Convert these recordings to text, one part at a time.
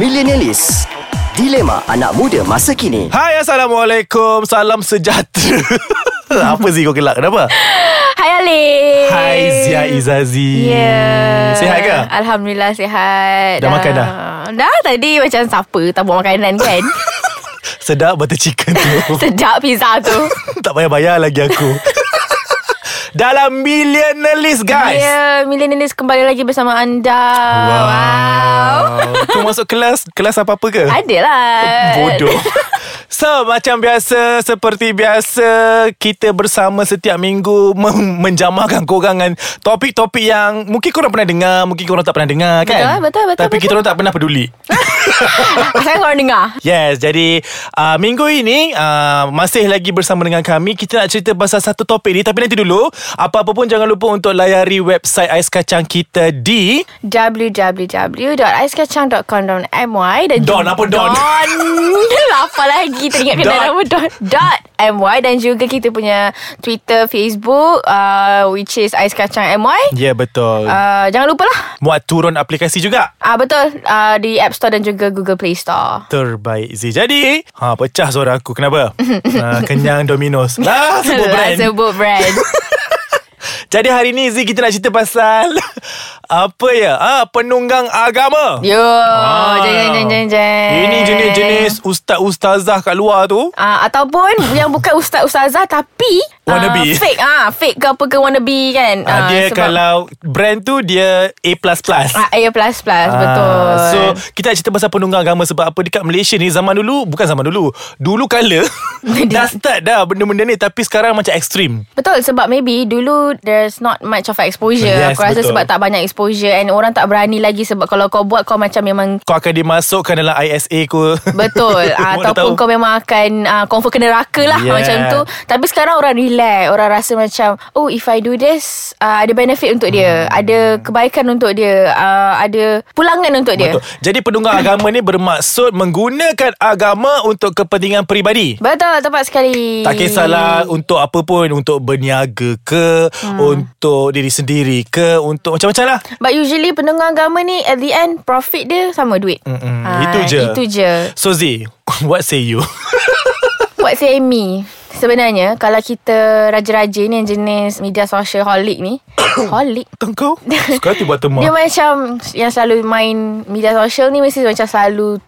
Millenialis Dilema anak muda masa kini Hai Assalamualaikum Salam sejahtera Apa sih kau gelak Kenapa? Hai Alif Hai Zia Izazi Ya yeah. Sihat ke? Alhamdulillah sihat Dah makan dah? Dah tadi macam supper Tabur makanan kan Sedap butter chicken tu Sedap pizza tu Tak payah bayar lagi aku Dalam Millionaires Ya guys yeah, Millennials kembali lagi bersama anda Kau masuk kelas Kelas apa-apa ke? Adalah Bodoh So macam biasa Seperti biasa Kita bersama setiap minggu mem- Menjamarkan korang dengan Topik-topik yang Mungkin korang pernah dengar Mungkin korang tak pena dengar kan Betul, betul, betul, Tapi kita betul. orang tak pernah peduli Saya korang dengar Yes Jadi uh, Minggu ini uh, Masih lagi bersama dengan kami Kita nak cerita pasal satu topik ni Tapi nanti dulu Apa-apa pun jangan lupa Untuk layari website Ais Kacang kita di www.aiskacang.com.my dan Don, juga- apa Don? Don apa lagi teringat kena Dot. nama Don dot my dan juga kita punya Twitter, Facebook uh, which is Ais Kacang MY. Ya yeah, betul uh, Uh, jangan lupa lah. Muat turun aplikasi juga Ah uh, betul uh, di App Store dan juga Google Play Store. Terbaik Z Jadi ha, Pecah suara aku Kenapa? ha, kenyang Domino's Lah sebut Lah, brand Sebut brand. Jadi hari ni Z kita nak cerita pasal Apa ya ha, Penunggang agama Yo, jangan jangan jangan. jangan. Ini jenis-jenis Ustaz-ustazah kat luar tu Ah ataupun yang bukan ustaz ustazah tapi ah, Wannabe. fake ah fake ke apa ke wannabe kan. Ah, dia sebab- kalau brand tu dia A++. Ah, A++ plus plus Ah, betul. So kita nak cerita pasal penunggang agama Sebab apa dekat Malaysia ni Zaman dulu Bukan zaman dulu Dulu kala Dah start dah benda-benda ni Tapi sekarang macam ekstrim Betul sebab maybe dulu there's not much of exposure. Yes, aku rasa betul. sebab tak banyak exposure and orang tak berani lagi sebab kalau kau buat kau macam memang Kau akan dimasukkan dalam ISA ku betul Ah, Mana ataupun tahu. kau memang akan uh, confirm kena raka lah Yeah. macam tu. Tapi sekarang orang relax, orang rasa macam oh if I do this uh, ada benefit untuk dia, Hmm. ada kebaikan untuk dia, uh, ada pulangan untuk dia. Betul. Jadi penunggang agama ni bermaksud menggunakan agama untuk kepentingan peribadi. Betul tepat sekali. Tak kisahlah untuk apa pun Untuk berniaga ke hmm. Untuk diri sendiri ke Untuk macam-macam lah But usually pendengar agama ni At the end Profit dia sama duit Mm-mm, Ah, Hmm, Itu je Itu je So Z What say you? Buat saya Amy Sebenarnya Kalau kita Raja-raja ni yang Jenis media sosial holic ni Holic Tengkau Sekarang tu buat dia teman macam yang selalu main media sosial ni mesti macam selalu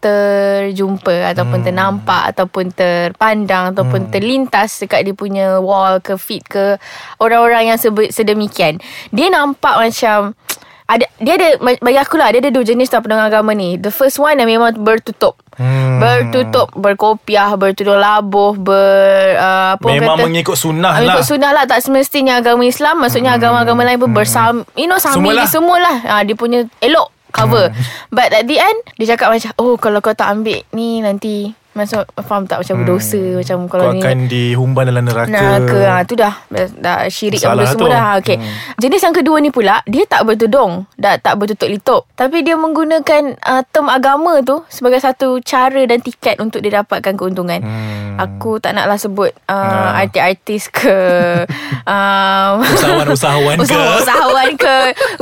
terjumpa ataupun hmm. ternampak ataupun terpandang ataupun hmm. terlintas dekat dia punya wall ke feed ke orang-orang yang sebe- sedemikian. Dia nampak macam ada dia ada bagi aku lah dia ada dua jenis tau pendengar agama ni. The first one yang memang bertutup. Hmm. Bertutup, berkopiah, bertutur labuh, ber uh, apa orang Memang kata, mengikut sunnah Mengikut lah Hmm. sunnah lah Tak semestinya agama Islam Maksudnya agama-agama lain pun bersama You know Semualah. sambil Hmm. dia semualah ha, Dia punya elok cover But at the end Dia cakap macam Oh kalau kau tak ambil ni nanti Maksud faham tak macam berdosa Macam kalau Hmm. Kau ni akan dihumban dalam neraka Neraka ha, Tu dah Dah syirik Salah apa semua lah tu. dah ha, okay. hmm. Jenis yang kedua ni pula Dia tak bertudung dah, Tak bertutup litup Tapi dia menggunakan uh, Term agama tu Sebagai satu cara dan tiket Untuk dia dapatkan keuntungan hmm. Aku tak naklah sebut uh, Artis-artis ke um, Usahawan-usahawan ke Usahawan-usahawan ke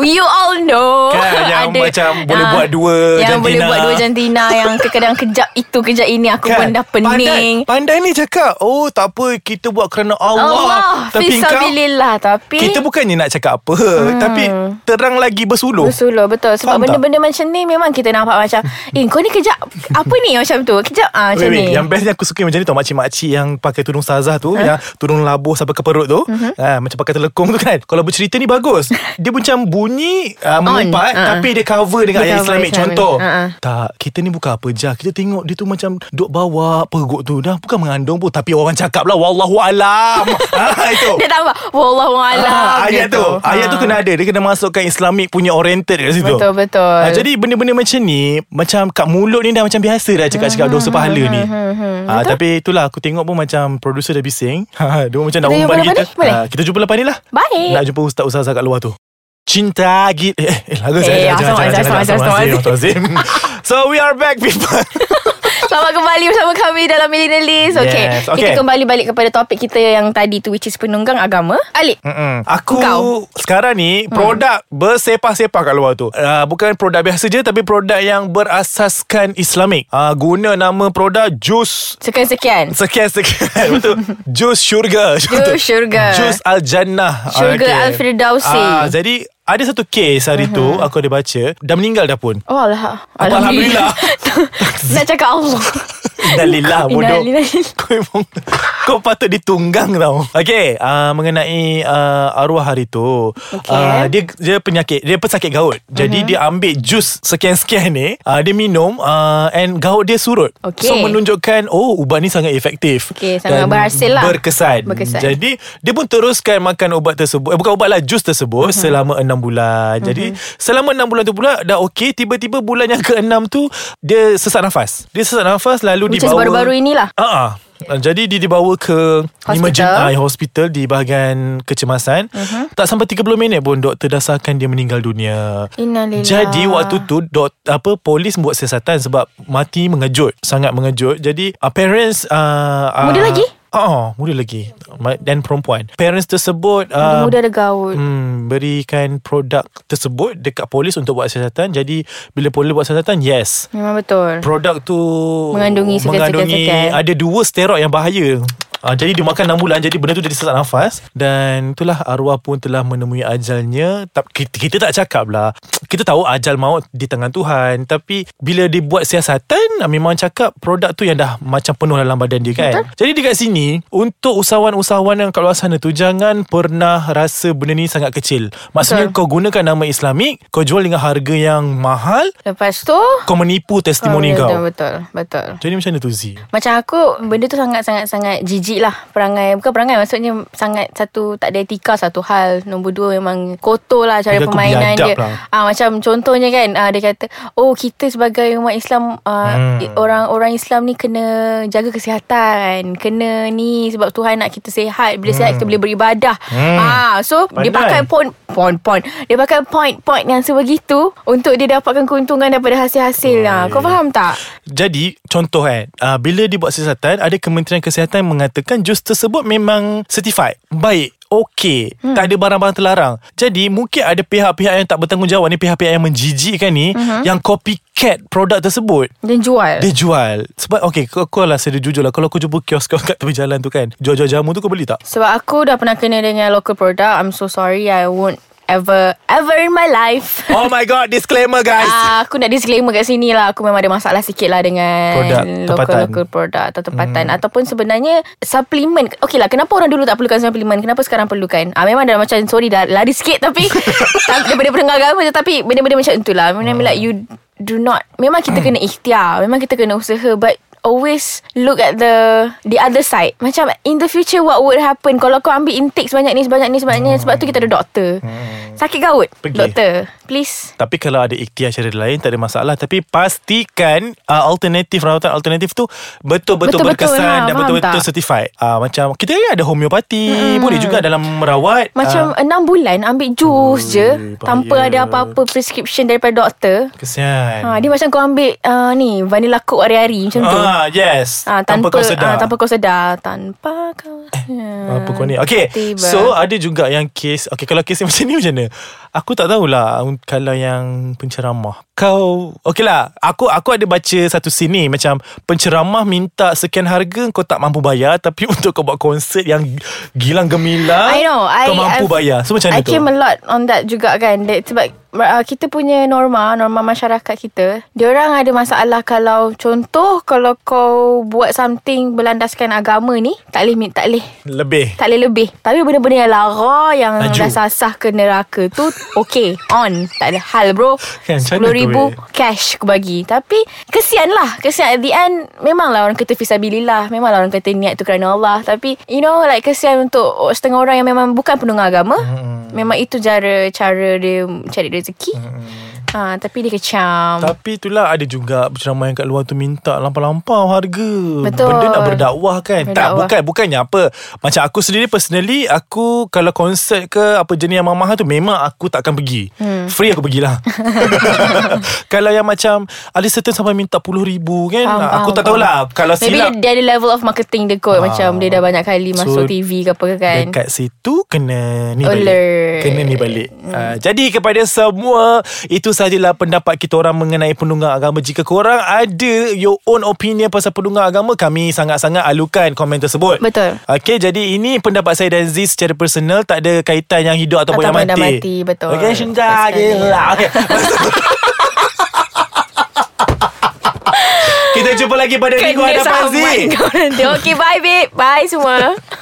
You all know Kan, yang macam boleh ah, buat dua Yang boleh jantina. buat dua jantina Yang kadang kejap itu kejap ini Aku pun dah pening Kan? pandai, pandai ni cakap Oh tak apa Kita buat kerana Allah, Allah Tapi engkau Fisabilillah Tapi Kita bukannya nak cakap apa hmm. Tapi Terang lagi bersuluh Bersuluh betul Sebab Faham tak? benda-benda macam ni Memang kita nampak macam Eh kau ni kejap Apa ni macam tu Kejap ah, macam Wait, wait. ni Yang bestnya aku suka macam ni tau Makcik-makcik yang pakai tudung sazah tu Yang tudung labuh sampai ke perut tu Mhm. ha, Macam pakai telekung tu kan Kalau bercerita ni bagus Dia macam bunyi uh, Mengumpat Ha, ha. Tapi dia cover dengan Dia ayat cover islamik Islamic. Contoh Ha, ha. Tak Kita ni bukan apa je Kita tengok dia tu macam Duk bawa perut tu Dah bukan mengandung pun Tapi orang cakap lah Wallahualam ha, Itu Dia tambah Wallahualam Ah, ayat dia tu Ayat tu kena ada Dia kena masukkan Islamic punya oriented kat situ Betul, betul. Ah, Jadi benda-benda macam ni Macam kat mulut ni dah macam biasa dah Cakap-cakap Hmm, dosa pahala ni Ah, Tapi itulah aku tengok pun macam Producer dah bising Ha, Dia macam nak Kita umpan jumpa kita lepas ni? Boleh? Ah, Kita jumpa lepas ni lah Baik. Nak jumpa ustaz-ustaz kat luar tu Cinta git Eh, eh lagu Eh, saya Azam, Azam, Azam, Azam, Azam. So we are back people Selamat kembali bersama kami dalam Millennial List. Okay. Yes, okay. Kita kembali balik kepada topik kita yang tadi tu which is penunggang agama. Alik. Mm-mm. Aku Engkau. Hmm. sekarang ni produk bersepah-sepah kat luar tu. Uh, bukan produk biasa je tapi produk yang berasaskan Islamik. Uh, guna nama produk jus Sekian-sekian. sekian-sekian. Betul. Jus syurga. Jus syurga. Jus al-jannah. Syurga al-firdausi. Hmm. Ah, jadi ada satu kes hari tu aku ada baca dah meninggal dah pun. Oh alah. Apa alhamdulillah? Nak cakap Allah. Innalillah bodoh Innalillah. Kau memang Kau patut ditunggang tau Okay uh, Mengenai uh, Arwah hari tu okay. uh, Dia dia penyakit Dia pesakit gaut Jadi dia ambil jus Sekian-sekian ni uh, Dia minum uh, And gaut dia surut Okay. So menunjukkan Oh ubat ni sangat efektif Okay, sangat berhasil lah. Berkesan Berkesan. Jadi dia pun teruskan Makan ubat tersebut eh, Bukan ubat lah Jus tersebut Selama 6 bulan Jadi selama 6 bulan tu pula Dah okay Tiba-tiba bulan yang ke-6 tu Dia sesak nafas Dia sesak nafas Lalu Which is dibawa baru-baru inilah. Ah, uh jadi dia dibawa ke Hospital. ah, hospital di bahagian kecemasan. Mhm. Uh-huh. Tak sampai 30 minit pun doktor dasarkan dia meninggal dunia. Innalillah. Jadi waktu tu dok, apa polis buat siasatan sebab mati mengejut, sangat mengejut. Jadi uh, parents uh, uh, Muda lagi? Oh, muda lagi. Ma- Dan perempuan. Parents tersebut uh, Dia muda ada gaul. Hmm, berikan produk tersebut dekat polis untuk buat siasatan. Jadi bila polis buat siasatan, yes. Memang betul. Produk tu Mengandungi sekian-sekian mengandungi sekian. ada dua steroid yang bahaya. Uh, jadi dia makan 6 bulan Jadi benda tu jadi sesak nafas Dan itulah arwah pun telah menemui ajalnya tak, kita, kita tak cakap lah Kita tahu ajal maut di tangan Tuhan Tapi bila dia buat siasatan ah, Memang cakap produk tu yang dah macam penuh dalam badan dia kan Betul. Jadi dekat sini Untuk usahawan-usahawan yang kat luar sana tu Jangan pernah rasa benda ni sangat kecil Maksudnya Betul. Betul. kau gunakan nama Islamik Kau jual dengan harga yang mahal Lepas tu Kau menipu testimoni kau Oh, ya, betul, betul Betul jadi macam mana tu Z? Macam aku Benda tu sangat-sangat-sangat Jijik lah Perangai Bukan perangai Maksudnya Sangat satu Tak ada etika Satu hal Nombor dua memang Kotor lah Cara Agak permainan biadab dia lah. ah, Macam contohnya kan ah, Dia kata Oh kita sebagai umat Islam Hmm. ah, i- Orang-orang Islam ni Kena jaga kesihatan Kena ni Sebab Tuhan nak kita sihat Bila sihat kita boleh beribadah ah, So dia Hmm. Pandai. pakai point Point point Dia pakai point-point Yang sebegitu Untuk dia dapatkan keuntungan Daripada hasil-hasil lah. Kau faham tak? Jadi contoh kan uh, Bila dibuat siasatan Ada Kementerian Kesihatan mengatakan Jus tersebut memang certified Baik Okey hmm. Tak ada barang-barang terlarang Jadi mungkin ada pihak-pihak yang tak bertanggungjawab ni Pihak-pihak yang menjijikkan ni mm-hmm. Yang copycat produk tersebut Dan jual Dia jual Sebab okay kau, kau lah sedia jujur lah Kalau kau jumpa kios kau kat tepi jalan tu kan Jual-jual jamu tu kau beli tak? Sebab aku dah pernah kena dengan local product. I'm so sorry. I won't ever, ever in my life. Oh my god disclaimer guys Ah, aku nak disclaimer kat sini lah Aku memang ada masalah sikit lah Dengan Produk tempatan. Local-local product Atau tempatan hmm. Ataupun sebenarnya Suplemen Okay lah Kenapa orang dulu tak perlukan suplemen Kenapa sekarang perlukan ah, Memang dah macam Sorry dah lari sikit Tapi tak- Daripada pendengar agama je, Tapi benda-benda macam itulah Memang hmm. like you Do not Memang kita Hmm. kena ikhtiar Memang kita kena usaha But always look at the the other side macam in the future what would happen kalau kau ambil intake sebanyak ni sebanyak ni sebanyak ni sebab tu kita ada doktor sakit gaut Hmm. Pergi. doktor please Tapi kalau ada ikhtiar cara lain Tak ada masalah Tapi pastikan uh, Alternatif Rawatan alternatif tu Betul-betul Betul-betul berkesan lah, Dan faham betul-betul tak? certified uh, Macam Kita ni ada homeopati hmm. Boleh juga dalam merawat ah, Macam enam bulan ambil jus je bahaya. tanpa ada apa-apa prescription daripada doktor. uh, Kesian Ha, dia macam kau ambil uh, ni vanilla coke hari-hari macam tu. Ah, yes Ah, tanpa, kau sedar ah, tanpa kau sedar Tanpa kau sedar apa kau ni Okay Tiba. So ada juga yang kes Okay kalau kes yang macam ni macam mana Aku tak tahulah um, Kalau yang penceramah Kau Okay lah Aku aku ada baca satu sini Macam Penceramah minta sekian harga Kau tak mampu bayar Tapi untuk kau buat konsert Yang gilang gemilang I know I, Ah, Kau mampu I've- bayar So macam I mana tu came a lot on that juga kan that, Sebab uh, kita punya norma Norma masyarakat kita Diorang ada masalah kalau Contoh Kalau kau buat something Berlandaskan agama ni Tak boleh Tak boleh Lebih tak boleh lebih Tapi benda-benda yang lara Yang Laju. Laju. dah sasah ke neraka tu Okay On Tak ada hal bro Kan, macam mana RM10,000 tu, cash aku bagi Tapi Kesian lah Kesian at the end Memanglah orang kata Fisabilillah Memanglah orang kata niat tu kerana Allah Tapi You know like Kesian untuk Setengah orang yang memang Bukan pendengar agama Memang itu cara Cara dia Cari rezeki Ha, tapi dia kecam. Tapi itulah ada juga penceramah yang kat luar tu minta lampau-lampau harga. Betul. Benda nak berdakwah kan. Tak Berdakwah. bukan bukannya apa. Macam aku sendiri personally aku kalau konsert ke apa jenis yang mahal tu memang aku takkan pergi. Hmm. Free aku pergilah. kalau yang macam ada certain sampai minta puluh ribu kan. Faham, aku faham, tak tahulah kalau Maybe silap. Ah. dia, dia ada level of marketing dia kot. Macam dia dah banyak kali So, masuk TV ke apa ke kan. Dekat situ kena ni balik. Alert. Kena ni balik. Uh, jadi kepada semua itu sajalah pendapat kita orang mengenai penunggang agama. Jika korang ada your own opinion pasal penunggang agama, kami sangat-sangat alukan komen tersebut. Betul. Okey, jadi ini pendapat saya dan Ziz secara personal tak ada kaitan yang hidup ataupun, Ataupun yang mati. dah mati, betul. Okey, Shinta. Betul sekali. Gila. Okey. Kita jumpa lagi pada minggu Kena hadapan sahabat Ziz. kau nanti. Okay bye babe Bye semua